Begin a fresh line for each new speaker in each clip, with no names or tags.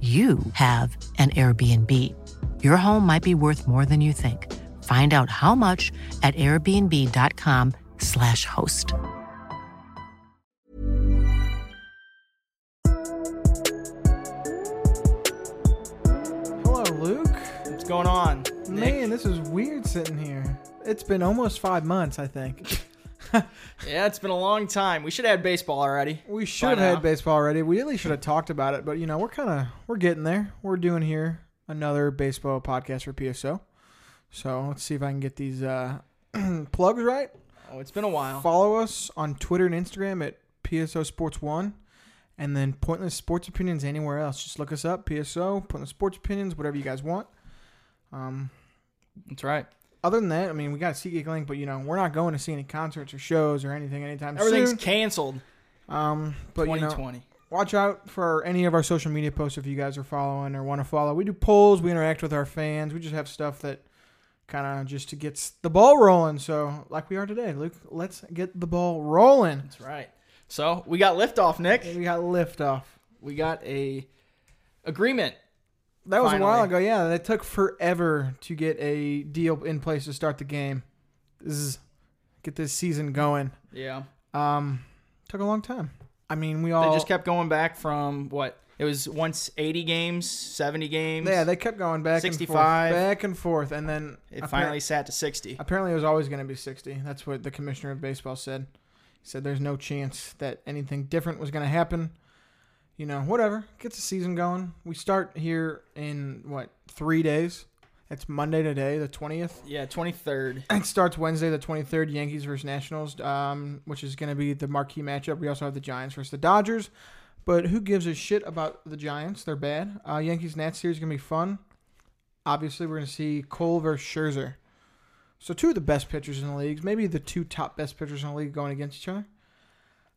you have an Airbnb. Your home might be worth more than you think. Find out how much at airbnb.com/slash host.
Hello, Luke.
What's going on?
Man, this is weird sitting here. It's been almost five months, I think.
Yeah, it's been a long time. We should have had baseball already.
We
By
should have
now.
had baseball already. We really should have talked about it, but you know, we're kind of we're getting there. We're doing here another baseball podcast for PSO. So let's see if I can get these uh, plugs right.
Oh, it's been a while.
Follow us on Twitter and Instagram at PSO Sports One, and then Pointless Sports Opinions anywhere else. Just look us up, PSO Pointless Sports Opinions, whatever you guys want. Um,
That's right.
other than that, I mean, we got SeatGeek Link, but you know, we're not going to see any concerts or shows or anything anytime
Everything's
soon.
canceled.
Um, but you know,
2020.
watch out for any of our social media posts if you guys are following or want to follow. We do polls, we interact with our fans, we just have stuff that kind of just to gets the ball rolling. So, like we are today, Luke, let's get the ball rolling.
That's right. So we got liftoff, Nick.
We got liftoff.
We got a agreement.
That was a while
Finally.
ago. Yeah, that took forever to get a deal in place to start the game. Zzz. Get this season going.
Yeah.
Um, took a long time. I mean, we
They
all
just kept going back from what it was once 80 games, 70 games.
yeah they kept going back and
65.
forth, back and forth, and then
It
appar-
finally sat to 60.
apparently it was always going to be sixty. That's what the commissioner of baseball said. He said there's no chance that anything different was going to happen. You know, whatever gets the season going. We start here in what three days? It's Monday today, the twentieth.
Yeah, 23rd.
It starts Wednesday, the 23rd, Yankees versus Nationals, um, which is going to be the marquee matchup. We also have the Giants versus the Dodgers. But who gives a shit about the Giants? They're bad. Uh, Yankees Nats series is going to be fun. Obviously, we're going to see Cole versus Scherzer. So, two of the best pitchers in the league, maybe the two top best pitchers in the league going against each other.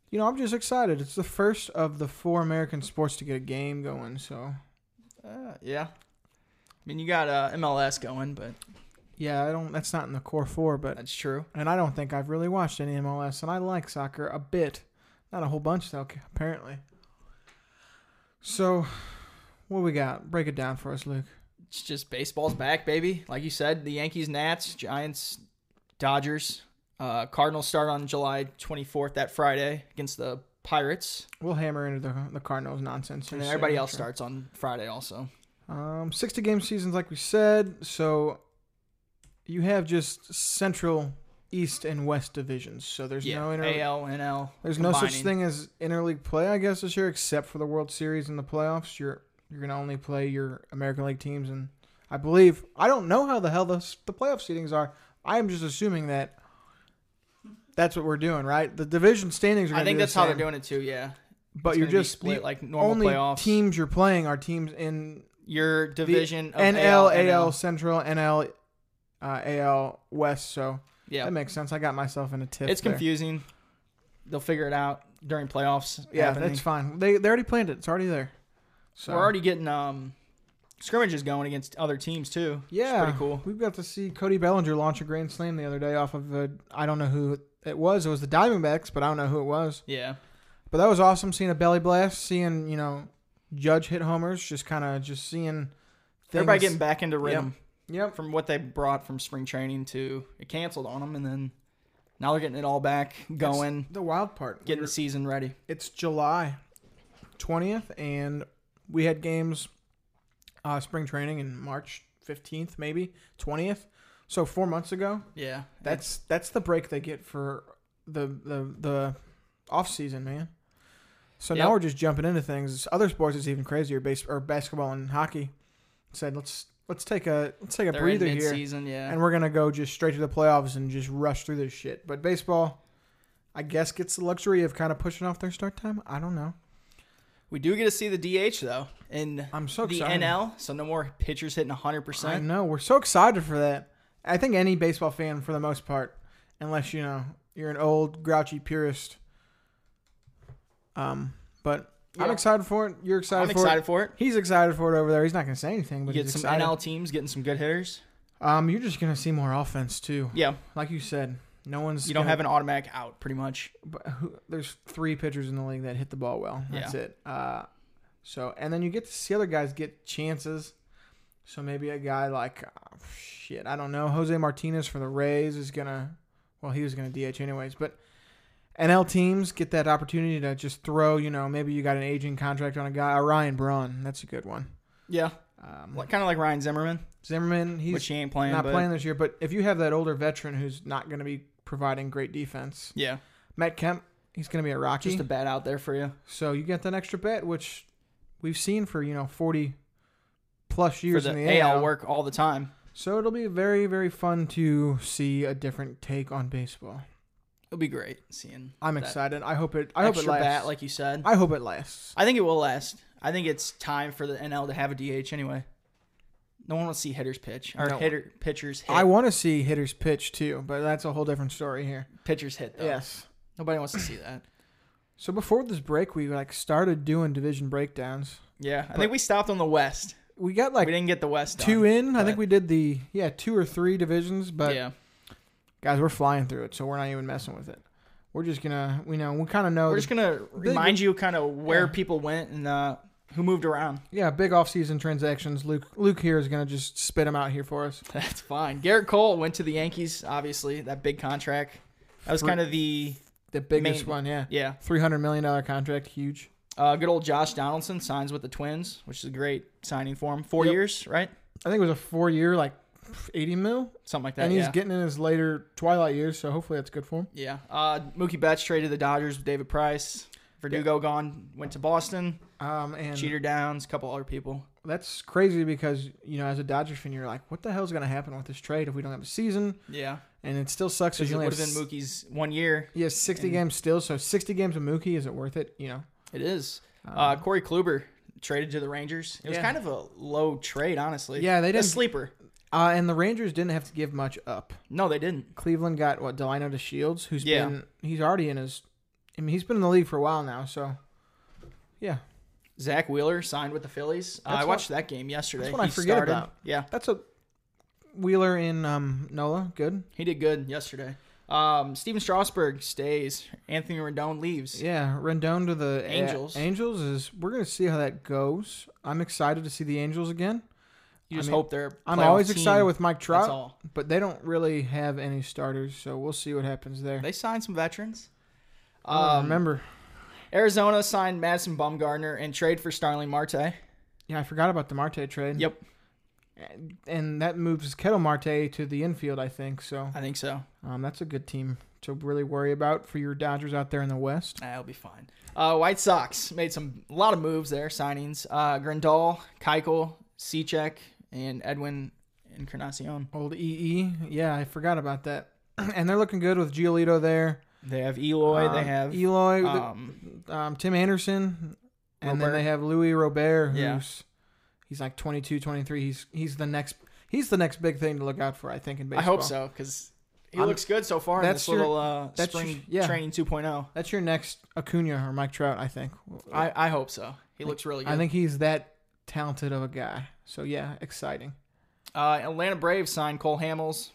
You know, I'm just excited. It's the first of the four American sports to get a game going. So,
Uh, yeah. I mean, you got uh, MLS going, but
yeah, I don't. That's not in the core four, but
that's true.
and I don't think I've really watched any MLS, and I like soccer a bit, not a whole bunch though, ca- apparently. So, what we got? Break it down for us, Luke.
It's just baseball's back, baby. Like you said, the Yankees, Nats, Giants, Dodgers. Uh, Cardinals start on July 24th, that Friday, against the Pirates.
We'll hammer into the the Cardinals nonsense, here
And then
soon,
everybody
I'm
else
sure.
starts on Friday also.
Um, sixty game seasons, like we said. So, you have just Central, East, and West divisions. So there's
Yeah,
no inter-
AL, NL.
There's no such
combining.
thing as interleague play, I guess, this year, except for the World Series and the playoffs. You're you're gonna only play your American League teams, and I believe I don't know how the hell the s- the playoff seedings are. I am just assuming that that's what we're doing, right? The division standings are. Gonna
I think
be the
that's how they're
same,
doing it too, yeah.
But
It's
you're
gonna be
just
split
the
like normal
only
playoffs.
teams you're playing are teams in
Your
the
division of
NL, AL,
NL.
Central, NL, uh, AL West. So
Yeah.
that makes sense. I got myself in a tip.
It's
there.
confusing. They'll figure it out during playoffs.
Yeah,
happening.
that's fine. They they already planned it. It's already there. So
We're already getting um, scrimmages going against other teams too. which is
Yeah,
pretty cool.
We've got to see Cody Bellinger launch a grand slam the other day off of a I don't know who it was. It was the Diamondbacks, but I don't know who it was.
Yeah,
But that was awesome seeing a belly blast, seeing you know Judge hit homers, just kind of just seeing things.
everybody getting back into rhythm
Yep.
from what they brought from spring training to it canceled on them, and then now they're getting it all back going,
The wild part.
getting the season ready.
It's July twentieth, and We had games, uh, spring training in March 15th, maybe 20th. So four months ago.
Yeah.
That's that's the break they get for the the the off season, man. So
Yep.
now we're just jumping into things. Other sports is even crazier. Base or basketball and hockey said let's let's take a let's take a
they're in
breather here,
mid-season, yeah.
and we're gonna go just straight to the playoffs and just rush through this shit. But baseball, I guess, gets the luxury of kind of pushing off their start time. I don't know.
we do get to see the DH though in
I'm so
the
excited.
NL, so no more pitchers hitting 100%.
I know. We're so excited for that. I think any baseball fan, for the most part, unless you know you're an old grouchy purist. Um, but I'm
Yeah.
excited for it. You're excited
I'm
for
excited
it.
for it.
He's excited for it over there. He's not going to say anything, but
You get
he's
some
excited.
NL teams getting some good hitters.
Um, you're just going to see more offense too.
Yeah.
Like you said, no one's.
You don't
gonna-
have an automatic out pretty much.
but who, there's three pitchers in the league that hit the ball well. That's
Yeah.
it. Uh, so and then you get to see other guys get chances. So maybe a guy like oh, shit, I don't know, Jose Martinez for the Rays is gonna. Well, he was gonna DH anyways, but NL teams get that opportunity to just throw. You know, maybe you got an aging contract on a guy. Uh, Ryan Braun, that's a good one.
Yeah.
Um,
Like, kind of like Ryan Zimmerman,
Zimmerman, he's
which he ain't playing.
not
but-
playing this year, but if you have that older veteran who's not gonna be providing great defense,
Yeah.
Matt Kemp, he's gonna be a Rocky.
Just a bat out there for you.
So you get that extra bet, which we've seen for you know forty plus
For
years
the
in the AL.
work all the time.
So it'll be very very fun to see a different take on baseball.
It'll be great seeing.
I'm
that
excited. I hope it. I hope
Extra
it lasts.
bat, like you said.
I hope it lasts.
I think it will last. I think it's time for the NL to have a DH anyway. No one wants to see hitters pitch or
No.
hitter pitchers hit.
I want to see hitters pitch too, but that's a whole different story here.
pitchers hit though.
Yes.
Nobody wants to see that.
So before this break, we like started doing division breakdowns.
Yeah, I think we stopped on the West.
We got
we
like
didn't get the West
two
done,
in. I think
but-
we did the yeah two or three divisions, but
yeah,
guys, we're flying through it, so we're not even messing with it. We're just gonna, we know, we kind of know.
we're
the-
just gonna remind you kind of where people went and uh, who moved around.
Yeah, big offseason transactions. Luke Luke here is going to just spit them out here for us.
That's fine. Garrett Cole went to the Yankees. Obviously, that big contract. That was kind of the
The biggest
Main-
one, yeah.
yeah.
$300 million contract, huge.
Uh, good old Josh Donaldson signs with the Twins, which is a great signing for him. Four years, right?
I think it was a four year, like 80 mil.
Something like that.
And he's
yeah.
getting in his later twilight years, so hopefully that's good for him.
Yeah. Uh, Mookie Betts traded the Dodgers with David Price. Verdugo gone, went to Boston.
Um, and
Cheater Downs, a couple other people.
that's crazy because, you know, as a Dodgers fan, you're like, what the hell's going to happen with this trade if we don't have a season?
Yeah.
And it still sucks
It
because you
would
only
have
have
been
s-
Mookie's one year.
yeah, 60 games still, so 60 games of Mookie, is it worth it? You know?
It is. Uh, Corey Kluber traded to the Rangers. It was
Yeah.
kind of a low trade, honestly.
Yeah, they
A
didn't-
sleeper.
Uh, and the Rangers didn't have to give much up.
No, they didn't.
Cleveland got what Delino to Shields, who's
Yeah.
been he's already in his. I mean, he's been in the league for a while now, so yeah,
Zach Wheeler signed with the Phillies. Uh, I
That's
watched that game yesterday.
that's what I
He
forget
started.
about.
Yeah,
that's a Wheeler in um, Nola. Good,
he did good yesterday. Um, Steven Strasburg stays. Anthony Rendon leaves.
yeah. Rendon to the
Angels.
uh, Angels is we're gonna see how that goes. I'm excited to see the Angels again.
You just
mean,
hope they're.
I'm
playoff
always
team.
excited with Mike Trout,
That's all.
but they don't really have any starters, so we'll see what happens there.
They um, signed some veterans.
I don't remember,
Arizona signed Madison Bumgarner and trade for Starling Marte.
yeah, I forgot about the Marte trade.
Yep,
and that moves Kettle Marte to the infield, I think. So
I think so.
Um, that's a good team to really worry about for your Dodgers out there in the West.
That'll be fine. Uh, White Sox made some a lot of moves there, signings. Uh, Grandal, Keuchel, Cechek, and Edwin Encarnacion.
Old EE, yeah, I forgot about that. and they're looking good with Giolito there.
They have Eloy. they
Um,
have
Eloy, the-
um,
um, Tim Anderson, and then
Robert.
they have Louis Robert, who's
Yeah.
he's like 22, 23. He's he's the next he's the next big thing to look out for, I think, in baseball.
I hope so because he
I'm-
looks good so far in
that's
this
your-
little uh,
that's your-
spring
yeah.
training 2.0.
That's your next Acuna or Mike Trout, I think.
I, I hope so. He looks really good.
I think he's that talented of a guy. So yeah, exciting.
uh, Atlanta Braves signed Cole Hamels,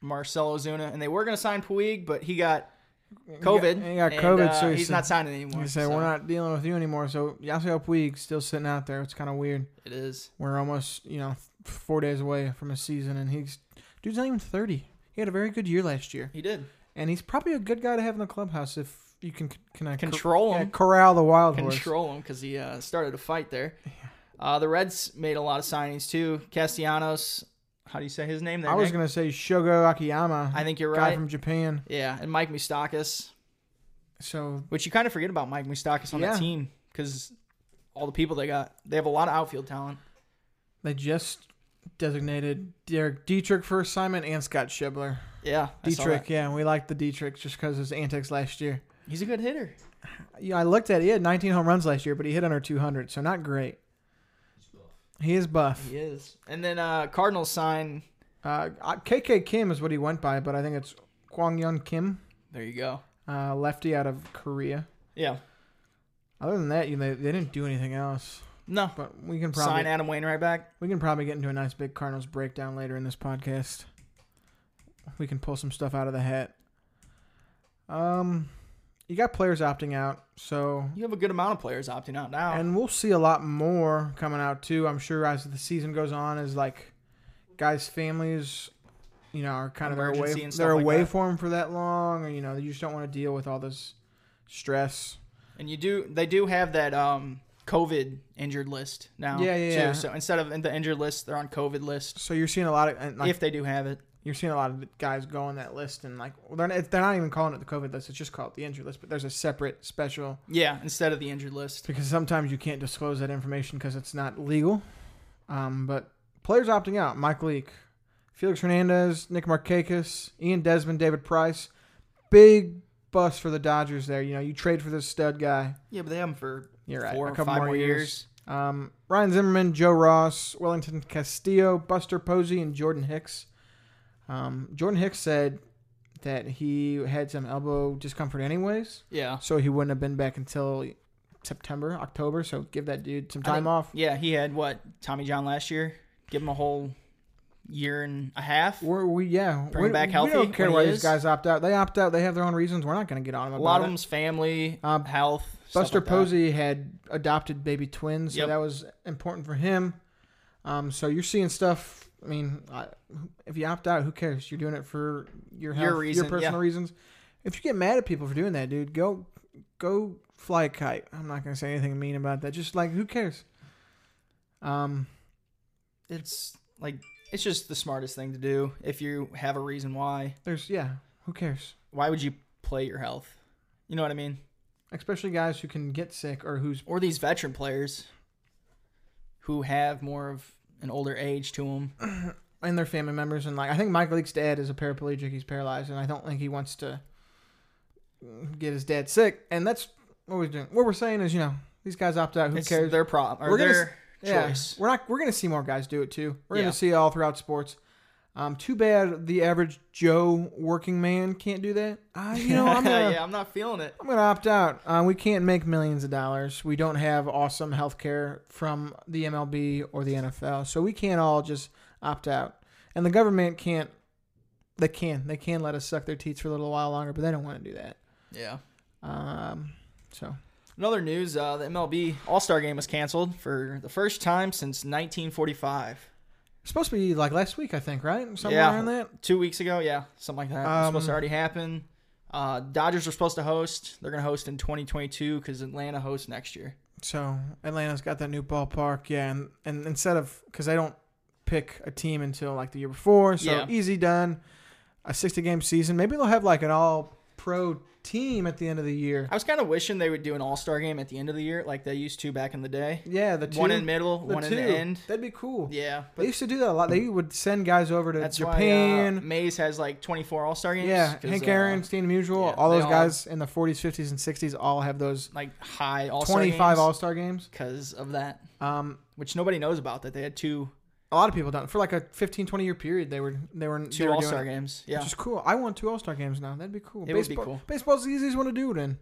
Marcelo Zuna, and they were going to sign Puig, but he got COVID.
He got
and,
COVID,
uh,
so he
he's
said-
not signing anymore.
He said,
so
"We're not dealing with you anymore." So Yasiel Puig still sitting out there. It's kind of weird.
It is.
We're almost, you know, four days away from a season, and he's dude's not even thirty. He had a very good year last year,
He did.
and he's probably a good guy to have in the clubhouse if you can c- can I cor-
Control
yeah,
him.
corral the wild
Control him because he uh, started a fight there. Uh, the Reds made a lot of signings too. Castellanos, how do you say his name? There,
I was
Nick?
gonna say Shogo Akiyama.
I think you're
guy
right.
from Japan.
yeah, and Mike Moustakis,
So
which you kind of forget about Mike Moustakis on
Yeah.
that team because all the people they got, they have a lot of outfield talent.
they just designated Derek Dietrich for assignment and Scott Shibler.
Yeah, I saw
Dietrich,
that.
yeah, we liked the Dietrich just because his antics last year.
he's a good hitter.
Yeah, I looked at it. He had 19 home runs last year, but he hit under 200, so not great. He is buff.
He is. And then uh, Cardinals sign.
Uh, KK Kim is what he went by, but I think it's Kwang Yun Kim,
There you go.
uh, lefty out of Korea.
Yeah.
Other than that, you know, they didn't do anything else.
No.
But we can
Sign
probably
Adam Wainwright back.
we can probably get into a nice big Cardinals breakdown later in this podcast. We can pull some stuff out of the hat. Um, you got players opting out, so
You have a good amount of players opting out now.
and we'll see a lot more coming out too. I'm sure as the season goes on, as like guys' families, you know, are kind of
Emergency
away.
and stuff
They're
like
away
that.
for 'em for that long, or you know, you just don't want to deal with all this stress.
And you do they do have that um COVID injured list now.
Yeah, yeah,
too.
yeah.
So instead of in the injured list, they're on COVID list
So you're seeing a lot of and like,
if they do have it.
you're seeing a lot of guys go on that list and like well, they're not, they're not even calling it the COVID list. It's just called the injury list. But there's a separate special
Yeah, instead of the injured list.
because sometimes you can't disclose that information because it's not legal. Um, but players opting out: Mike Leake, Felix Hernandez, Nick Markakis, Ian Desmond, David Price. Big bust for the Dodgers there. You know, you trade for this stud guy.
Yeah, but they have them for
You're right.
four
a
or
couple
five
more, years.
years.
Um, Ryan Zimmerman, Joe Ross, Wellington Castillo, Buster Posey, and Jordan Hicks. Um, Jordan Hicks said that he had some elbow discomfort anyways,
Yeah.
so he wouldn't have been back until September, October. So give that dude some
I
time
think-
off.
Yeah, he had what, Tommy John last year? Give him a whole year and a half.
We're, we yeah,
Bring
we,
him back
we
healthy
don't care
when
why
he
these
is.
guys opt out. They opt out. They have their own reasons. We're not going to get on them.
a lot
about
of
it.
them's family,
Um,
health. stuff
Buster
like that.
Posey had adopted baby twins, so
Yep.
that was important for him. Um, so you're seeing stuff. I mean, I, if you opt out, who cares? You're doing it for your health, your,
reason,
personal
yeah.
reasons. If you get mad at people for doing that, dude, go go fly a kite. I'm not gonna say anything mean about that. Just like who cares? Um,
It's like it's just the smartest thing to do if you have a reason why.
there's yeah, who cares?
Why would you play your health? You know what I mean?
Especially guys who can get sick or who's
or these veteran players who have more of an older age to them.
and their family members and like I think Mike Leake's dad is a paraplegic. He's paralyzed, and I don't think he wants to get his dad sick. And that's what we're doing. What we're saying is, you know, these guys opt out. Who
It's
cares?
their problem or
We're gonna
their
s- yeah,
choice.
we're not. We're gonna see more guys do it too. We're
Yeah.
gonna see it all throughout sports. Um, too bad the average Joe working man can't do that. I, you know, I'm gonna,
yeah, I'm not feeling it.
I'm gonna opt out. Uh, we can't make millions of dollars. We don't have awesome health care from the MLB or the NFL, so we can't all just opt out. And the government can't. They can. They can let us suck their teats for a little while longer, but they don't want to do that.
Yeah.
Um, so
Another news: uh, the MLB All Star Game was canceled for the first time since 1945.
it's supposed to be like last week, I think, right? Somewhere
yeah,
around that. Um,
two weeks ago. Yeah, something like that. It was supposed to already happen. Uh, Dodgers were supposed to host. They're gonna host in 2022 because Atlanta hosts next year.
So Atlanta's got that new ballpark, yeah. And, and instead of because they don't pick a team until like the year before, so
Yeah.
easy done. A sixty game season, maybe they'll have like an all pro team at the end of the year.
I was kind of wishing they would do an All Star Game at the end of the year, like they used to back in the day.
Yeah, the two,
One in middle, one in
two.
the end.
That'd be cool.
Yeah, Mm.
they used to do that a lot. They would send guys over to
That's Japan. Why, uh,
Japan.
Mays has like 24 All Star games.
yeah,
'cause,
Hank
uh,
Aaron, Stan Musial,
yeah,
all
they
those
all-
guys in the 40s, 50s, and 60s all have those
like high All Star
25 All Star games.
because of that,
Um,
which nobody knows about. That they had two
a lot of people don't. For like a 15, 20 year period, they were they were they
two
were
All
doing
Star
it.
games. Yeah,
Which is cool. I want two All Star games now. That'd be cool.
It would be cool.
Baseball's the easiest one to do it in.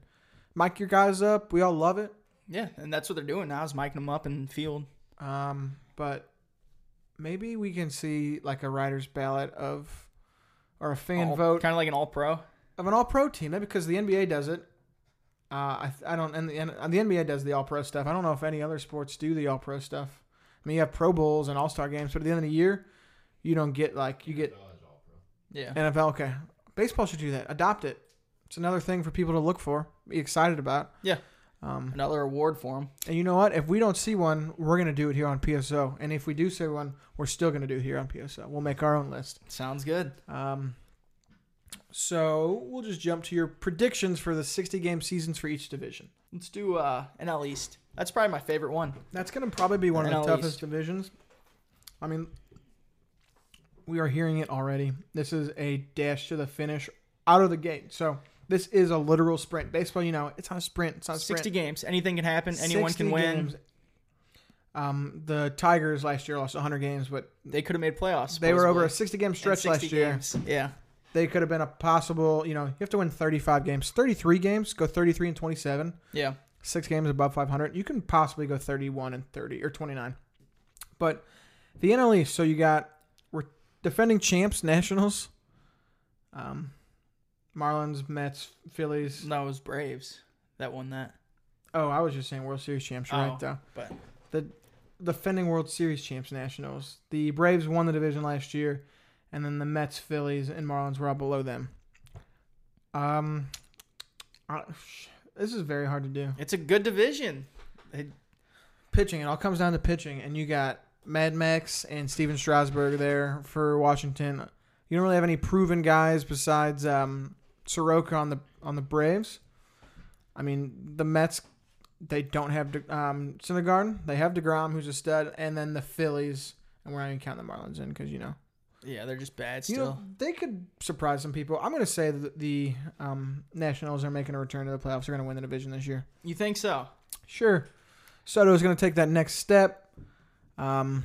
Mic your guys up. We all love it.
yeah, and that's what they're doing now is miking them up in field.
Um, but maybe we can see like a writer's ballot of or a fan vote
kind of like an All Pro.
of an All Pro team. Maybe because the NBA does it. Uh, I, I don't and the, and the NBA does the All Pro stuff. I don't know if any other sports do the All Pro stuff. I mean, you have Pro Bowls and All Star games, but at the end of the year, you don't get like you get
Yeah,
NFL. Okay, baseball should do that. Adopt it. It's another thing for people to look for, be excited about.
yeah.
Um,
Another award for him.
And you know what? If we don't see one, we're gonna do it here on PSO. And if we do see one, we're still gonna do it here on PSO. We'll make our own list.
Sounds good.
Um, so we'll just jump to your predictions for the 60 game seasons for each division.
Let's do uh, NL East. That's probably my favorite one.
That's going to probably be one of the
NL
toughest
East.
divisions. I mean, we are hearing it already. This is a dash to the finish out of the gate. So this is a literal sprint. Baseball, you know, it's not a sprint. It's not a sprint.
60 games. Anything can happen. Anyone can
60
win.
games. Um, the Tigers last year lost 100 games, but
They could have made playoffs.
they were over a
supposedly.
60 game
And
stretch
60
last year.
games. Yeah.
They could have been a possible, you know, you have to win 35 games. 33 games, go 33 and 27.
Yeah.
six games above 500. You can possibly go 31 and 30 or 29. But the NL East, so you got we're defending champs, Nationals, um, Marlins, Mets, Phillies.
No, it was Braves that won that.
Oh, I was just saying World Series champs, you're
Oh,
right though.
But
The defending World Series champs, Nationals. The Braves won the division last year, and then the Mets, Phillies, and Marlins were all below them. Um, I, this is very hard to do.
it's a good division. They-
pitching. It all comes down to pitching, and you got Mad Max and Steven Strasburg there for Washington. You don't really have any proven guys besides um, Soroka on the on the Braves. I mean, the Mets they don't have De- um, Syndergaard. They have Degrom, who's a stud, and then the Phillies. And we're not even counting the Marlins in because you know
yeah, they're just bad
you
still.
know, they could surprise some people. I'm going to say that the um, Nationals are making a return to the playoffs. They're going to win the division this year.
you think so?
Sure. Soto's going to take that next step. Um,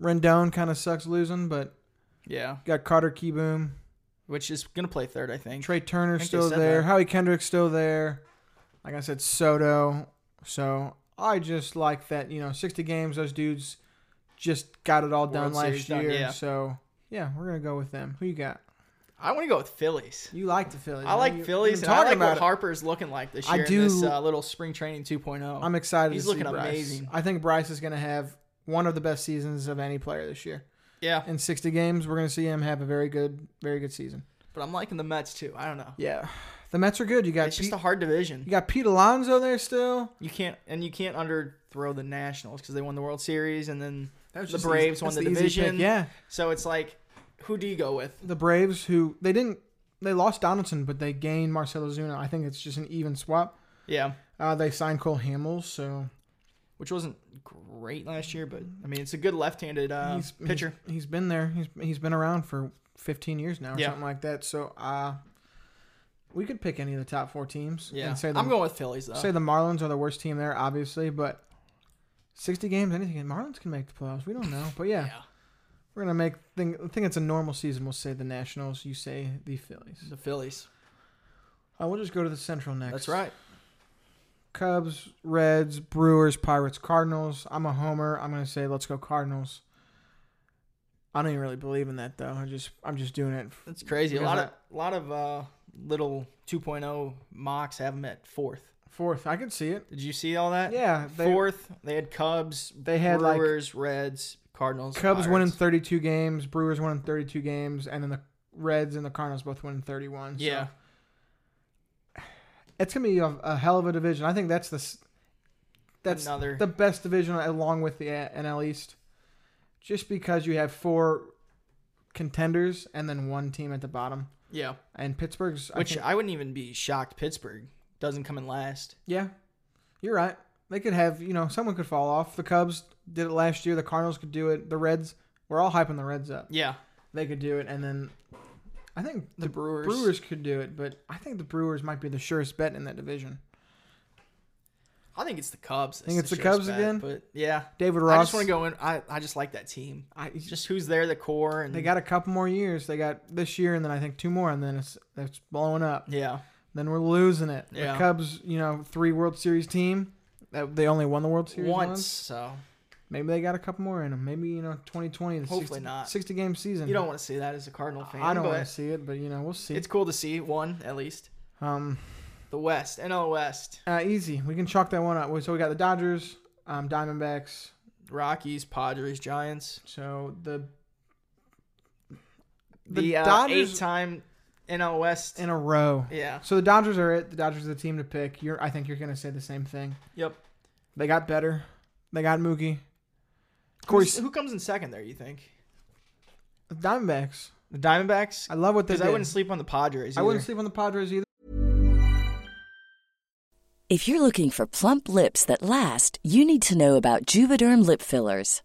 Rendon kind of sucks losing, but
Yeah.
got Carter Keyboom.
Which is going to play third, I think.
Trey Turner's
think they
still
said
there.
that.
Howie Kendrick's still there. Like I said, Soto. So I just like that, you know, 60 games, those dudes just got it all done
World
last
Series done,
year.
yeah.
So, yeah, we're going to go with them. Who you got?
I want to go with Phillies.
You like the Phillies.
I like
You-
Phillies,
you've
and
been
I
talking
like what
it.
Harper's looking like this
I
year
do-
in this uh, little spring training oh. 2.0.
I'm excited
He's
to see
looking
Bryce.
amazing.
I think Bryce is going to have one of the best seasons of any player this year.
yeah,
in 60 games, we're going to see him have a very good, very good season.
but I'm liking the Mets too. I don't know.
Yeah, the Mets are good. You got
It's just
Pete,
a hard division.
you got Pete Alonso there still.
You can't and you can't underthrow the Nationals because they won the World Series and then
was
the
just
Braves
easy-
won the,
that's the easy
division.
pick, yeah.
So it's like, who do you go with?
The Braves, who they didn't, they lost Donaldson, but they gained Marcelo Zuna. I think it's just an even swap.
Yeah,
Uh, they signed Cole Hamels, so
which wasn't great last year, but I mean it's a good left-handed uh,
he's
pitcher.
he's- he's been there. He's he's been around for 15 years now, or
Yeah.
something like that. So uh, we could pick any of the top four teams.
yeah,
and say the,
I'm going with Phillies though.
say the Marlins are the worst team there, obviously, but 60 games, anything. Marlins can make the playoffs. We don't know, but yeah,
Yeah.
we're gonna make think. I think it's a normal season. We'll say the Nationals. You say the Phillies.
the Phillies.
I will just go to the Central next.
That's right.
Cubs, Reds, Brewers, Pirates, Cardinals. I'm a homer. I'm gonna say let's go Cardinals. I don't even really believe in that though. I just I'm just doing it.
That's crazy. A
Because
lot of a lot of uh, little 2.0 mocks have them at fourth.
Fourth, I can see it.
Did you see all that?
Yeah, they-
fourth. They had Cubs.
They had, like-
Brewers, Reds, Cardinals.
Cubs
Pirates.
winning 32 games, Brewers winning 32 games, and then the Reds and the Cardinals both winning 31. so-
Yeah,
it's gonna be a, a hell of a division. I think that's the s- that's
Another-
the best division along with the A- NL East, just because you have four contenders and then one team at the bottom.
yeah.
And Pittsburgh's,
Which I,
I think,
wouldn't even be shocked. Pittsburgh doesn't come in last.
yeah, you're right. They could have you know someone could fall off. The Cubs did it last year. The Cardinals could do it. The Reds, we're all hyping the Reds up.
Yeah,
They could do it, and then I think
the Brewers.
Brewers could do it. But I think the Brewers might be the surest bet in that division.
I think it's the Cubs. I
Think it's the Cubs again?
But yeah,
David
I
Ross.
just want to go in. I, I just like that team.
I,
It's just who's there, the core, and
They got a couple more years. They got this year, and then I think two more, and then it's it's blowing up.
yeah.
Then we're losing it.
Yeah.
The Cubs, you know, three World Series team. That they only won the World Series
Once,
once.
so
Maybe they got a couple more in them. Maybe you know, 2020. The
Hopefully
60,
not.
60 game season.
you don't want to see that as a Cardinal fan.
I don't
but
want to see it, but you know, we'll see.
It's cool to see one at least.
um,
The West, NL West,
uh, easy. We can chalk that one up. So we got the Dodgers, um, Diamondbacks.
Rockies, Padres, Giants.
So the
The,
The
uh,
Dodgers-
eight-time NL West.
in a row.
uh, Yeah.
So the Dodgers are it. The Dodgers are the team to pick. You're, I think you're going to say the same thing.
Yep.
They got better. They got Mookie. Corey,
Who's- who comes in second there? You think
Diamondbacks.
the Diamondbacks?
I love what they
Because
did.
I wouldn't sleep on the Padres.
I wouldn't
either.
sleep on the Padres either.
If you're looking for plump lips that last, you need to know about Juvederm lip fillers.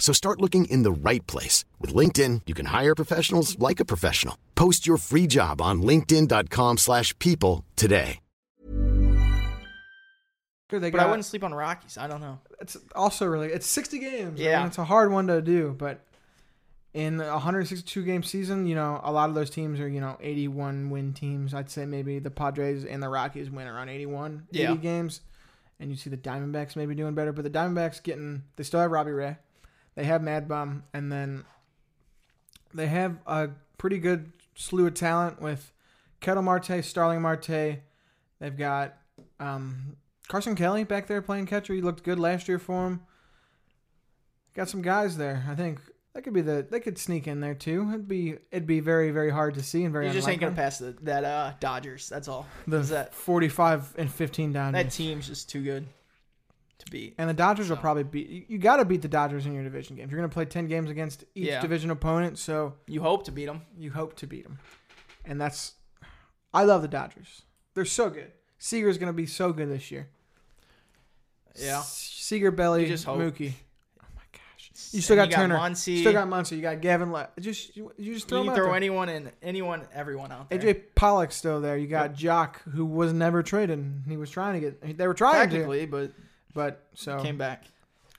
So start looking in the right place. With LinkedIn, you can hire professionals like a professional. Post your free job on linkedin.com/people slash people today.
Sure, they
But
got,
I wouldn't sleep on the Rockies. I don't know.
It's also really. It's 60 games. Yeah.
Yeah.
it's a hard one to do, but in a 162 game season, you know, a lot of those teams are you know 81 win teams. I'd say maybe the Padres and the Rockies win around 81,
Yeah.
80 games, and you see the Diamondbacks maybe doing better. But the Diamondbacks getting they still have Robbie Ray, they have Mad Bum, and then they have a pretty good slew of talent with Kettle Marte, Starling Marte. They've got um, Carson Kelly back there playing catcher. He looked good last year for him. Got some guys there. I think that could be the they could sneak in there too. It'd be it'd be very very hard to see and very.
You just ain't gonna
unlikely.
pass the, that uh, Dodgers. That's all.
The
Is that
forty five and fifteen down.
that Oh.
years.
team's just too good to beat.
And the Dodgers will probably beat. You, you got to beat the Dodgers in your division games. You're going to play ten games against each
Yeah.
division opponent, so
You hope to beat them.
you hope to beat them. And that's, I love the Dodgers. They're so good. Seager's going to be so good this year.
Yeah.
Seager, Belly,
You just hope. Oh
Mookie. You still got,
And you got
Turner.
Muncy.
You still got Muncy. You got Gavin. Le- just you, you just throw
you
him
can
out
throw
there.
anyone in, anyone, everyone out there.
AJ Pollock's still there. You got Jock, who was never traded. He was trying to get. They were trying to,
Technically, but
but so.
came back.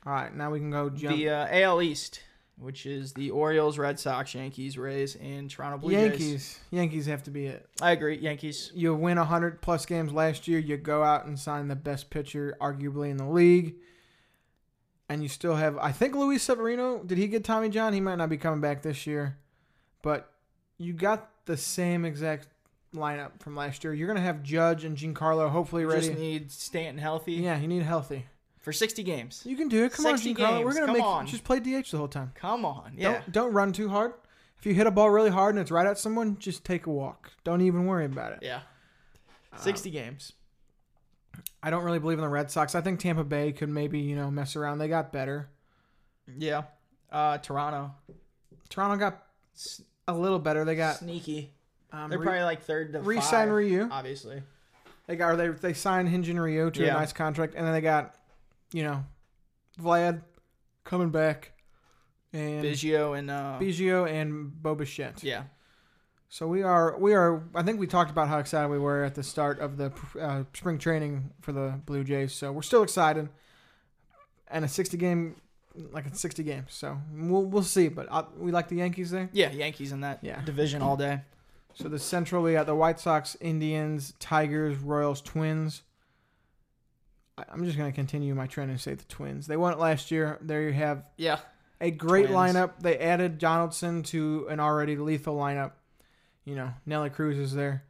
All right, now we can go Oh. jump.
The uh, AL East, which is the Orioles, Red Sox, Yankees, Rays, and Toronto Blue Jays.
Yankees. Yankees have to be it.
I agree. Yankees.
you win 100 plus games last year, you go out and sign the best pitcher arguably in the league. And you still have I think Luis Severino, did he get Tommy John? He might not be coming back this year. But you got the same exact lineup from last year. You're going to have Judge and Giancarlo hopefully
You
ready.
Just need Stanton healthy
yeah, you need healthy.
for 60 games.
You can do it. Come on,
60
Giancarlo. We're
games.
going to
Come
make
on.
just play DH the whole time.
Come on. Yeah.
Don't don't run too hard. If you hit a ball really hard and it's right at someone, just take a walk. Don't even worry about it.
Yeah.
Uh,
60 games.
I don't really believe in the Red Sox. I think Tampa Bay could maybe, you know, mess around. They got better.
Yeah. Uh, Toronto.
Toronto got
S-
a little better. They got
Sneaky.
um,
They're
re-
probably like third to
re-sign
five,
Ryu.
Obviously.
they got or they they signed Hinge and Rio to
Yeah.
a nice contract, and then they got, you know, Vlad coming back and
Biggio and uh,
Biggio and Bobichette.
yeah.
So we are we are. I think we talked about how excited we were at the start of the uh, spring training for the Blue Jays. So we're still excited, and a sixty game, like a sixty game. So we'll we'll see. But I, we like the Yankees there.
Yeah, Yankees in that
Yeah.
division all day.
So the Central, we got the White Sox, Indians, Tigers, Royals, Twins. I- I'm just going to continue my trend and say the Twins. They won it last year. There you have
Yeah.
a great
Twins.
lineup. They added Donaldson to an already lethal lineup. You know, Nelly Cruz is there,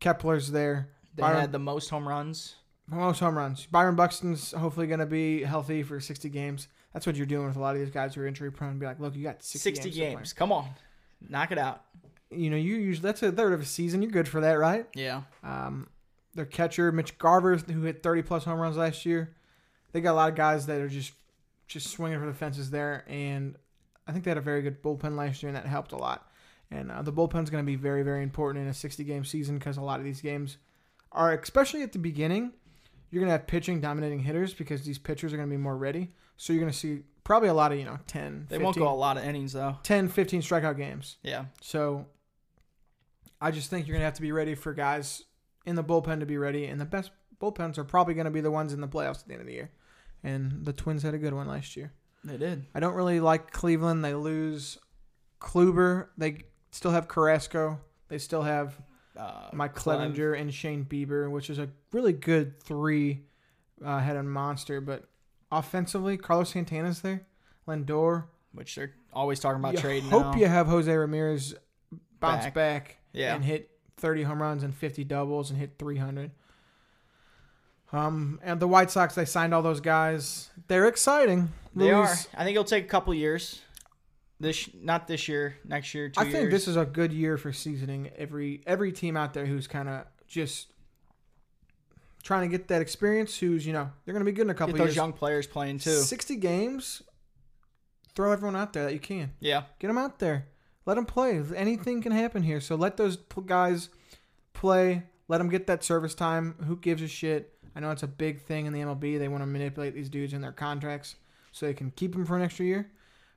Kepler's there.
They
Byron-
had the most home runs.
most home runs. Byron Buxton's hopefully going to be healthy for 60 games. That's what you're doing with a lot of these guys who are injury prone. Be like, look, you got 60,
60
games. to play."
games. Come on. Knock it out.
You know, you usually that's a third of a season. You're good for that, right?
Yeah.
Um, their catcher Mitch Garver, who hit 30 plus home runs last year, they got a lot of guys that are just just swinging for the fences there, and I think they had a very good bullpen last year, and that helped a lot. And uh, the bullpen's going to be very very important in a 60 game season because a lot of these games are, especially at the beginning, you're going to have pitching dominating hitters because these pitchers are going to be more ready. So you're going to see probably a lot of you know 10,
They
15,
won't go a lot of innings, though.
10, 15 strikeout games.
Yeah.
So I just think you're going to have to be ready for guys in the bullpen to be ready. And the best bullpens are probably going to be the ones in the playoffs at the end of the year. And the Twins had a good one last year.
They did.
I don't really like Cleveland. They lose Kluber. They still have Carrasco. They still have
Uh,
Mike
Clem.
Clevenger and Shane Bieber, which is a really good three uh, headed monster. But offensively, Carlos Santana's there. Lindor.
Which they're always talking about
You
trading.
Hope
now.
you have Jose Ramirez bounce
Back.
back,
Yeah.
and hit 30 home runs and 50 doubles and hit 300. Um, and the White Sox, they signed all those guys. They're exciting.
They are.
Luis,
I think it'll take a couple years. This not this year, next year, two
I think
years.
this is a good year for seasoning every every team out there who's kind of just trying to get that experience. Who's you know they're going to be good in a couple
get those
years.
young players playing too.
60 games. Throw everyone out there that you can.
Yeah,
Get them out there. Let them play. Anything can happen here. So let those p- guys play. Let them get that service time. Who gives a shit? I know it's a big thing in the MLB. They want to manipulate these dudes in their contracts so they can keep them for an extra year.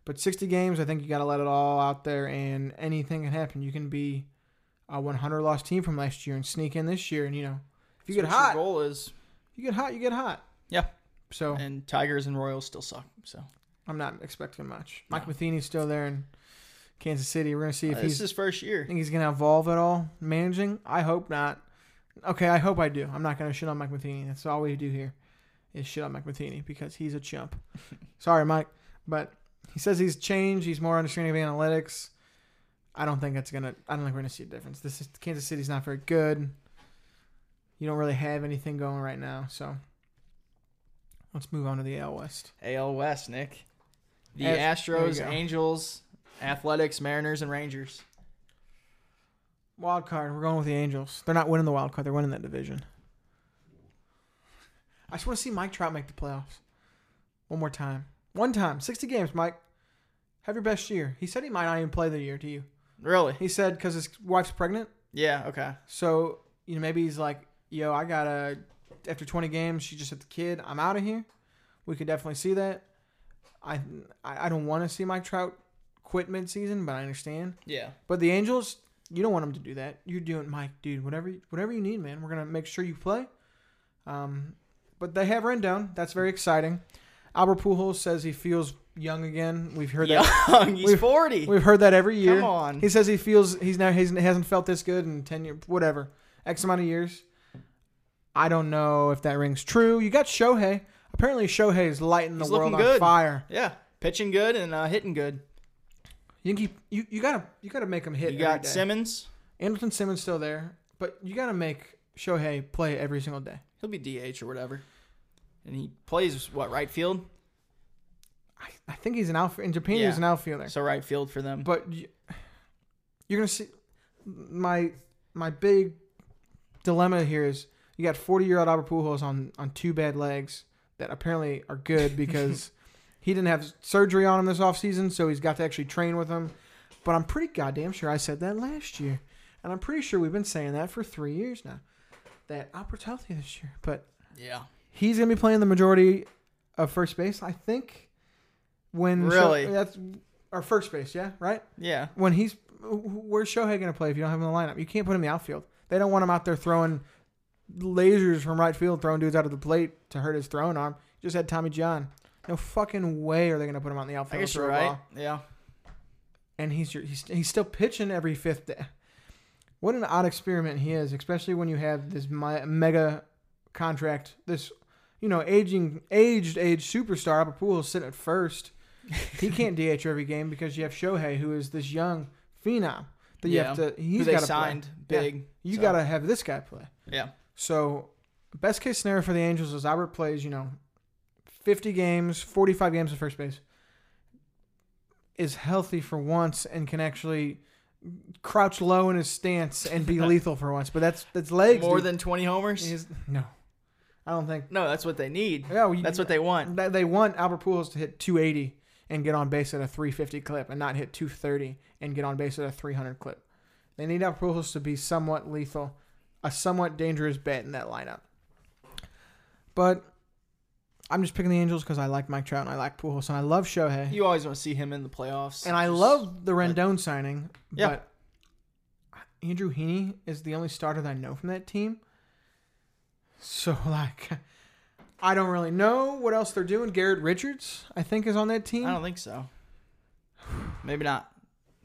But 60 games, I think you got to let it all out there, and anything can happen. You can be a 100 loss team from last year and sneak in this year, and you know, if you
That's
get
what your
hot,
goal is
you get hot, you get hot.
yeah.
So
And Tigers and Royals still suck. So
I'm not expecting much. Mike Matheny's still there in Kansas City. We're gonna see if
Uh,
he's
this is his first year.
Think he's gonna evolve at all managing? I hope not. Okay, I hope I do. I'm not gonna shit on Mike Matheny. That's all we do here is shit on Mike Matheny because he's a chump. Sorry, Mike, but he says he's changed. He's more understanding of analytics. I don't think that's gonna. I don't think we're gonna see a difference. This is, Kansas City's not very good. You don't really have anything going right now, so let's move on to the AL West.
AL West, Nick. The
Ast- there you
Astros,
go.
Angels, Athletics, Mariners, and Rangers.
Wild card. We're going with the Angels. They're not winning the wild card. They're winning that division. I just want to see Mike Trout make the playoffs. One more time. One time. 60 games, Mike. Have your best year. He said he might not even play the year to you.
Really?
He said because his wife's pregnant.
Yeah. Okay.
So, you know, maybe he's like, yo, I got to, after 20 games, she just hit the kid. I'm out of here. We could definitely see that. I, I I don't want to see Mike Trout quit midseason, but I understand.
Yeah.
But the Angels, you don't want them to do that. You're doing, Mike, dude. Whatever, whatever you need, man. We're gonna make sure you play. Um, but they have Rendon. That's very exciting. Albert Pujols says he feels young again. We've heard that.
Young. He's
We've-
forty.
We've heard that every year.
Come on.
He says he feels he's now he's, he hasn't felt this good in ten years, whatever, x amount of years. I don't know if that rings true. You got Shohei. Apparently, Shohei is lighting
He's
the world
looking
on
good.
fire.
Yeah. Pitching good and uh, hitting good.
You can keep, you you gotta you gotta make him hit.
You
every
got
day.
Simmons.
Anderson Simmons still there, but you got to make Shohei play every single day.
He'll be DH or whatever. And he plays what right field.
I think he's an outfielder. In Japan,
Yeah.
he's an outfielder.
So right field for them.
But you, you're gonna see my my big dilemma here is you got 40 year old Albert Pujols on on two bad legs that apparently are good because he didn't have surgery on him this offseason, so he's got to actually train with him. But I'm pretty goddamn sure I said that last year, and I'm pretty sure we've been saying that for three years now. That Albert's healthy this year, but
yeah.
He's gonna be playing the majority of first base, I think. When Sho-
Really?
that's our first base, yeah, right.
Yeah.
When he's wh- where's Shohei gonna play if you don't have him in the lineup? You can't put him in the outfield. They don't want him out there throwing lasers from right field, throwing dudes out of the plate to hurt his throwing arm. He just had Tommy John. No fucking way are they gonna put him out in the
I
outfield.
guess
to
you're
throw a
right.
ball.
Yeah.
And he's your, he's he's still pitching every fifth day. What an odd experiment he is, especially when you have this mi- mega contract, this you know aging aged age superstar Albert Pujols sitting at first. He can't DH every game because you have Shohei, who is this young phenom that you have
Yeah.
to.
Who
He's
they
got to
signed
play. Yeah.
big,
You
so.
got to have this guy play.
Yeah.
So Best case scenario for the Angels is Albert plays, you know, 50 games, 45 games at first base, is healthy for once and can actually crouch low in his stance and be lethal for once. But that's that's legs.
More
dude.
than 20 homers?
He's- no, I don't think.
No, that's what they need.
Yeah, well, you-
that's what they want.
They they want Albert Pujols to hit 280 and get on base at a 350 clip, and not hit 230 and get on base at a 300 clip. They need Albert Pujols to be somewhat lethal, a somewhat dangerous bet in that lineup. But I'm just picking the Angels because I like Mike Trout and I like Pujols and I love Shohei
You always want to see him in the playoffs.
and I
Just-
love the Rendon signing.
Yeah.
But Andrew Heaney is the only starter that I know from that team. So like, I don't really know what else they're doing. Garrett Richards, I think, is on that team.
I don't think so. Maybe not.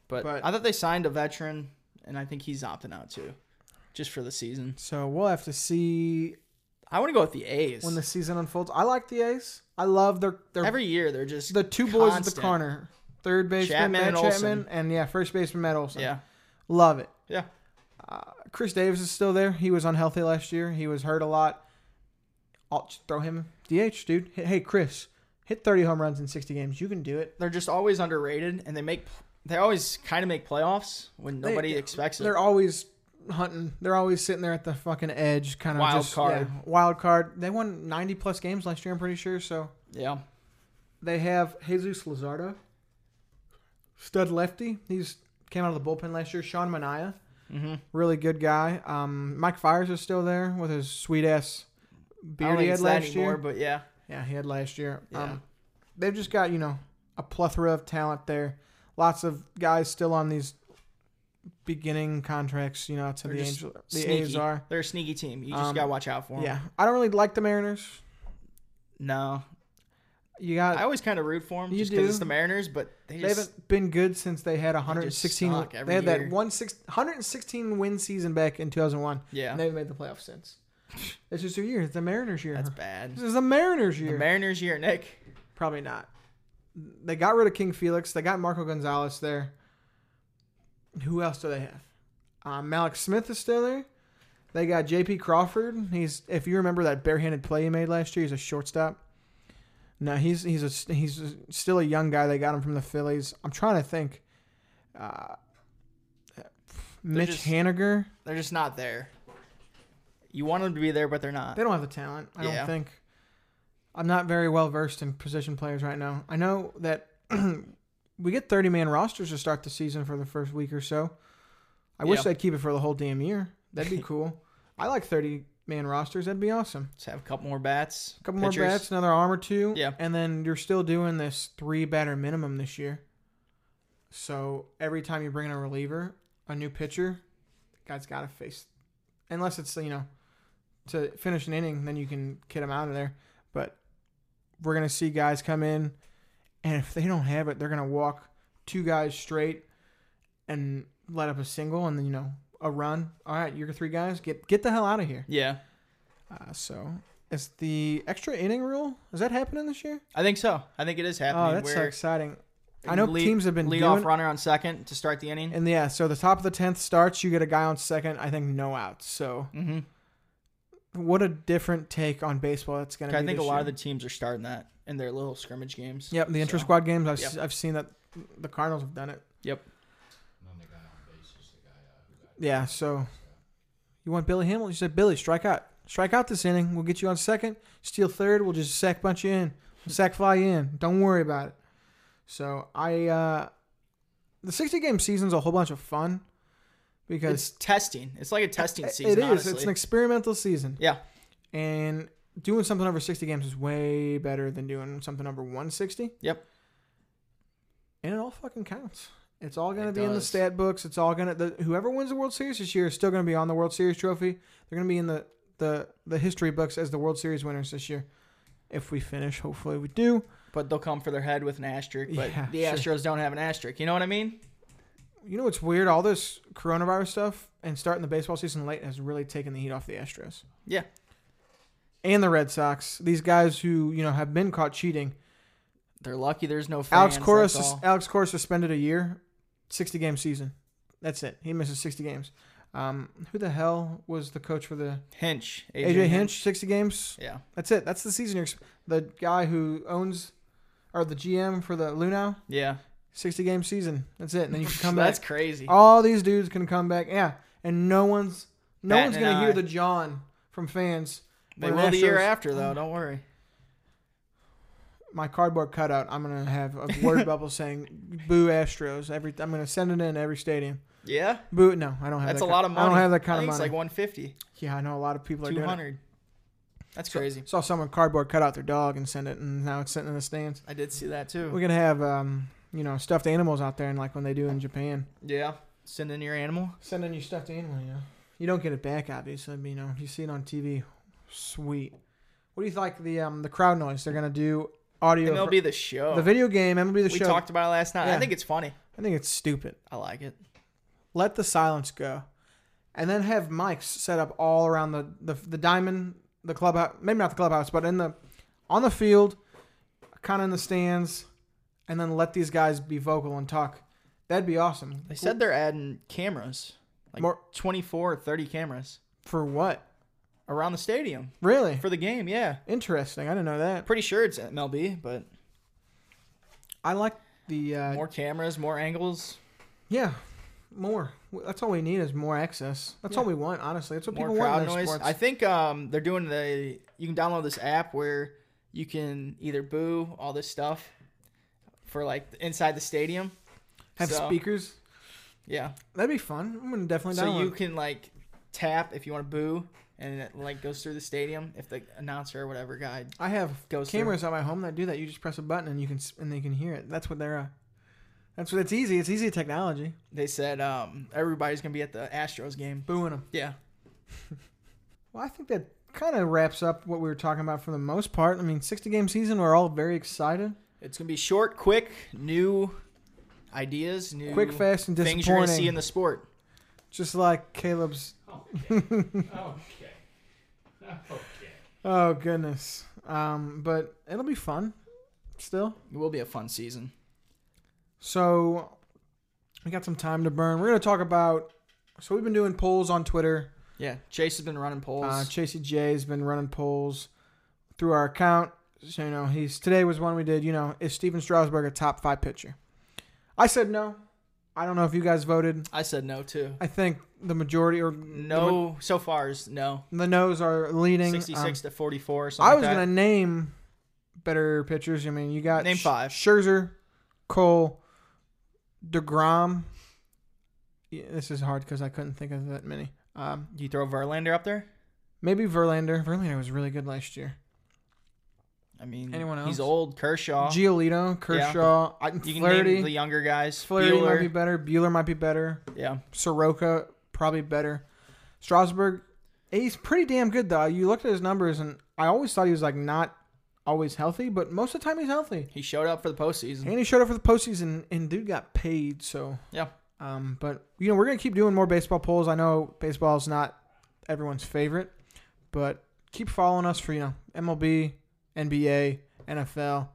But,
But-
I thought they signed a veteran, and I think he's opting out too, just for the season.
so we'll have to see
I want to go with the A's.
when the season unfolds. I like the Ace. I love their their
Every year they're just
the two boys at the
constant.
corner, third baseman
Chapman
Matt
and
Chapman,
Olsen.
and yeah, first baseman Matt Olson.
Yeah,
love it.
yeah.
Chris Davis is still there. He was unhealthy last year. He was hurt a lot. I'll just throw him DH, dude. Hey- Hey, Chris, hit 30 home runs in 60 games. You can do it.
They're just always underrated, and they make they always kind of make playoffs when nobody expects it.
They're always hunting. They're always sitting there at the fucking edge, kind of
Wild
just,
card.
yeah, wild card. They won 90 plus games last year. I'm pretty sure. So
yeah,
they have Jesus Lazardo, stud lefty. He's came out of the bullpen last year. Sean Mania,
Mm-hmm.
really good guy. Um, Mike Fires is still there with his sweet ass
I don't
beard he
think
had
it's that
last
anymore,
year.
but yeah,
Yeah, he had last year.
Yeah.
Um, they've just got you know a plethora of talent there. Lots of guys still on these beginning contracts. You know, to
they're
the
just
Angel, the
sneaky.
A's are.
They're a sneaky team. You just
Um,
gotta watch out for them.
Yeah, I don't really like the Mariners.
No,
You got
I always kind of root for them
You
just because
do.
it's the Mariners, but they
they
just
haven't been good since they had 116.
suck
They,
every
had
year.
that one six, 116 win season back in 2001.
Yeah.
and they've made the playoffs since. it's just their year. It's the Mariners year.
that's bad.
This is the Mariners year.
The Mariners year, Nick.
Probably not. They got rid of King Felix. They got Marco Gonzalez there. Who else do they have? Um, Malik Smith is still there. They got J.P. Crawford. He's if you remember that barehanded play he made last year, he's a shortstop. No, he's he's a, he's still a young guy. They got him from the Phillies. I'm trying to think. Uh, Mitch
just-
Haniger.
They're just not there. You want them to be there, but they're not.
They don't have the talent. I
Yeah.
don't think. I'm not very well versed in position players right now. I know that we get 30 man rosters to start the season for the first week or so. I wish
Yeah.
they'd keep it for the whole damn year. That'd be cool. I like 30 man rosters. That'd be awesome.
Just have a couple more bats.
A couple more
pitchers.
bats, another arm or two.
Yeah.
And then you're still doing this three batter minimum this year. So every time you bring in a reliever, a new pitcher, guy's got to face. Unless it's, you know, to finish an inning, then you can get him out of there. But we're going to see guys come in, and if they don't have it, they're going to walk two guys straight and let up a single and then, you know, a run. All right, you're three guys. Get, get the hell out of here.
Yeah,
Uh, so is the extra inning rule is that happening this year?
I think so. I think it is happening.
Oh, that's so
where
exciting. I know
lead-
teams have been
lead
doing
off runner on second to start the inning.
and yeah. So the top of the tenth starts, you get a guy on second. I think no outs. So
Mhm.
what a different take on baseball that's going to be.
I think a
this
lot of the
year.
teams are starting that in their little scrimmage games.
yep the intra
So,
squad games. I've
Yep.
s- I've seen that the Cardinals have done it.
Yep.
Yeah. So you want Billy Hamilton? You said Billy, strike out, strike out this inning. We'll get you on second, steal third. We'll just sack bunch you in, sack fly you in. Don't worry about it. So I, uh the sixty game season's a whole bunch of fun
It's
because
testing. It's like a testing
it-
season.
it is.
Honestly.
It's an experimental season,
yeah.
and doing something over sixty games is way better than doing something over one sixty.
Yep.
and it all fucking counts. It's all going to
It
be in the
does.
stat books. It's all going to whoever wins the World Series this year is still going to be on the World Series trophy. They're going to be in the the the history books as the World Series winners this year. If we finish, hopefully we do.
But they'll come for their head with an asterisk. But
Yeah,
the
sure.
Astros don't have an asterisk. You know what I mean?
You know what's weird? All this coronavirus stuff and starting the baseball season late has really taken the heat off the Astros
Yeah.
and the Red Sox. These guys who you know have been caught cheating.
They're lucky. There's no fans.
Alex Cora,
that's all.
Alex Cora suspended a year, sixty game season. That's it. He misses sixty games. Um, who the hell was the coach for the
Hinch.
AJ, Hinch, 60 games?
Yeah.
That's it. That's the season. You're, the guy who owns or the GM for the Lunau,
Yeah.
60 game season. That's it. And then you can come back.
That's crazy.
All these dudes can come back. Yeah, and no one's no
Batting
one's
an
gonna
eye.
hear the John from fans.
they
when
will the year
Astros-
after, though. Don't worry.
My cardboard cutout. I'm gonna have a word bubble saying "Boo Astros." Every I'm gonna send it in every stadium.
Yeah.
Boo. No, I don't have.
That's
that
a lot
kind-
of money.
I don't have that kind
I
of
think
money.
It's like 150,
yeah, I know a lot of people are doing. It.
200. That's crazy.
Saw someone cardboard cut out their dog and send it, and now it's sitting in the stands.
I did see that too.
We're gonna have um, you know stuffed animals out there, and like when they do in Japan,
yeah. Send in your animal.
send in your stuffed animal. You know, you don't get it back, obviously. But, you know, you see it on TV. Sweet. What do you like the um the crowd noise they're gonna do? Audio. for-
MLB the show.
The video game, MLB the
we
show.
talked about it last night.
Yeah.
I think it's funny.
I think it's stupid.
I like it.
Let the silence go, and then have mics set up all around the the, the diamond, the clubhouse. Maybe not the clubhouse, but in the on the field, kind of in the stands, and then let these guys be vocal and talk. That'd be awesome.
They said they're adding cameras, like
More-
24 or 30 cameras
For what?
around the stadium
Really?
for the game. Yeah.
Interesting. I didn't know that.
Pretty sure it's MLB, but
I like the uh,
more cameras, more angles,
yeah, more. That's all we need is more access. That's all we want, honestly. That's what
more
people want.
crowd
in their
noise.
Sports.
I think um, they're doing the. You can download this app where you can either boo all this stuff for like inside the stadium.
have
so-
speakers.
Yeah.
That'd be fun. I'm gonna definitely
So
download.
you can like tap if you want to boo, and it like goes through the stadium if the announcer or whatever guy.
I have
Goes through.
cameras at my home that do that. You just press a button and you can s- and they can hear it. That's what they're. Uh, that's what it's easy. It's easy technology.
They said um, everybody's gonna be at the Astros game.
Booing them.
Yeah.
Well, I think that kind of wraps up what we were talking about for the most part. I mean, sixty game season. We're all very excited.
It's gonna be short, quick, new ideas, new
Quick, fast, and
things you're gonna
disappointing.
see in the sport.
Just like Caleb's.
Okay. Okay.
Oh goodness. Um, but it'll be fun. Still.
It will be a fun season.
So we got some time to burn. We're gonna talk about. So we've been doing polls on Twitter.
Yeah, Chase has been running polls.
Uh, Chasey J has been running polls through our account. So, you know, he's today was one we did. You know, is Steven Strasburg a top five pitcher? I said no. I don't know if you guys voted.
I said no too.
I think the majority or the,
No, so far is no.
the no's are leading. Um,
Sixty-six to forty-four. Something
I was
like
gonna
that.
name better pitchers. I mean, you got
Name
Sch-
five.
Scherzer, Cole, Degrom. Yeah, this is hard because I couldn't think of that many. Um,
You throw Verlander up there.
maybe Verlander. Verlander was really good last year.
I mean,
Anyone else?
He's old. Kershaw.
Giolito, Kershaw, I,
you can
Flaherty.
name the younger guys.
Flaherty might be
Bueller.
better. Bueller might be better.
yeah.
Soroka probably better. Strasburg, he's pretty damn good though. You looked at his numbers, and I always thought he was like not always healthy, but most of the time he's healthy.
He showed up for the postseason.
And he showed up for the postseason, and dude got paid. So,
Yeah.
um, but you know we're gonna keep doing more baseball polls. I know baseball's not everyone's favorite, but keep following us for you know MLB, NBA, NFL.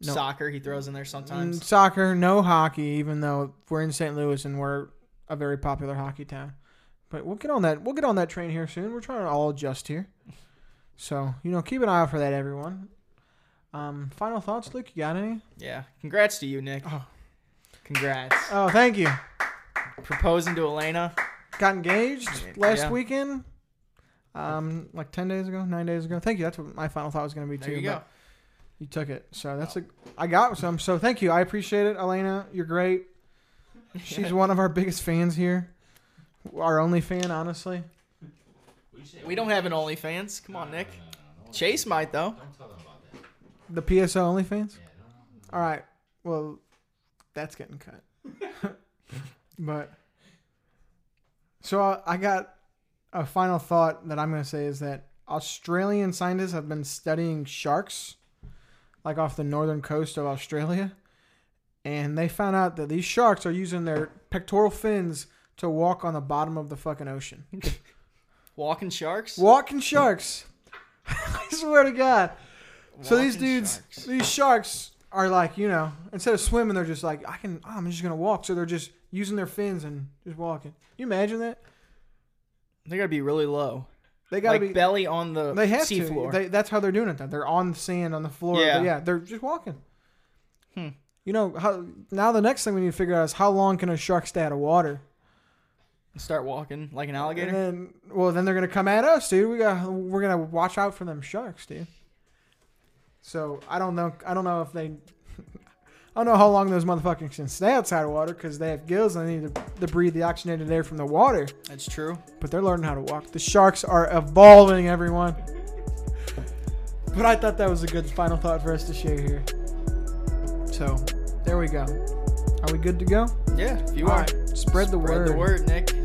No.
Soccer. He throws in there sometimes.
Mm, Soccer, no hockey, even though we're in St. Louis and we're a very popular hockey town. But we'll get on that. We'll get on that train here soon. We're trying to all adjust here, so you know, keep an eye out for that, everyone. Um, final thoughts, Luke? You got any?
Yeah. Congrats to you, Nick.
Oh.
Congrats.
Oh, thank you.
Proposing to Elena.
Got engaged last
Yeah.
weekend. Um, like ten days ago, nine days ago. Thank you. That's what my final thought was going to be
There
too.
you
but
go.
You took it. So that's a. I got some. So thank you. I appreciate it, Elena. You're great. She's one of our biggest fans here. Our only fan, honestly.
We don't have an OnlyFans. Come on, Nick. Chase might though.
The PSO only fans. All right. Well, that's getting cut. but so uh, I- I got a final thought that I'm going to say is that Australian scientists have been studying sharks, like off the northern coast of Australia, and they found out that these sharks are using their pectoral fins to walk on the bottom of the fucking ocean.
Walking sharks.
Walking sharks. I swear to God. So these
Walking
dudes,
sharks.
these sharks are like, you know, instead of swimming, oh, they're just like, I can, I'm just gonna walk. So they're just using their fins and just walking. Can You imagine that?
They gotta be really low.
They got to
Like
be.
belly on the
they have to.
seafloor.
They, that's how they're doing it. Then they're on the sand on the floor.
Yeah. Hmm.
Yeah, they're just walking. You know how now the next thing we need to figure out is how long can a shark stay out of water?
Start walking like an alligator.
And then, well, then they're gonna come at us, dude. We got we're gonna watch out for them sharks, dude. So I don't know. I don't know if they. I don't know how long those motherfuckers can stay outside of water because they have gills and they need to, to breathe the oxygenated air from the water.
That's true.
But they're learning how to walk. The sharks are evolving, everyone. But I thought that was a good final thought for us to share here. So there we go. Are we good to go?
Yeah, if you
All
are.
right, spread the
Spread
word.
the word, Nick.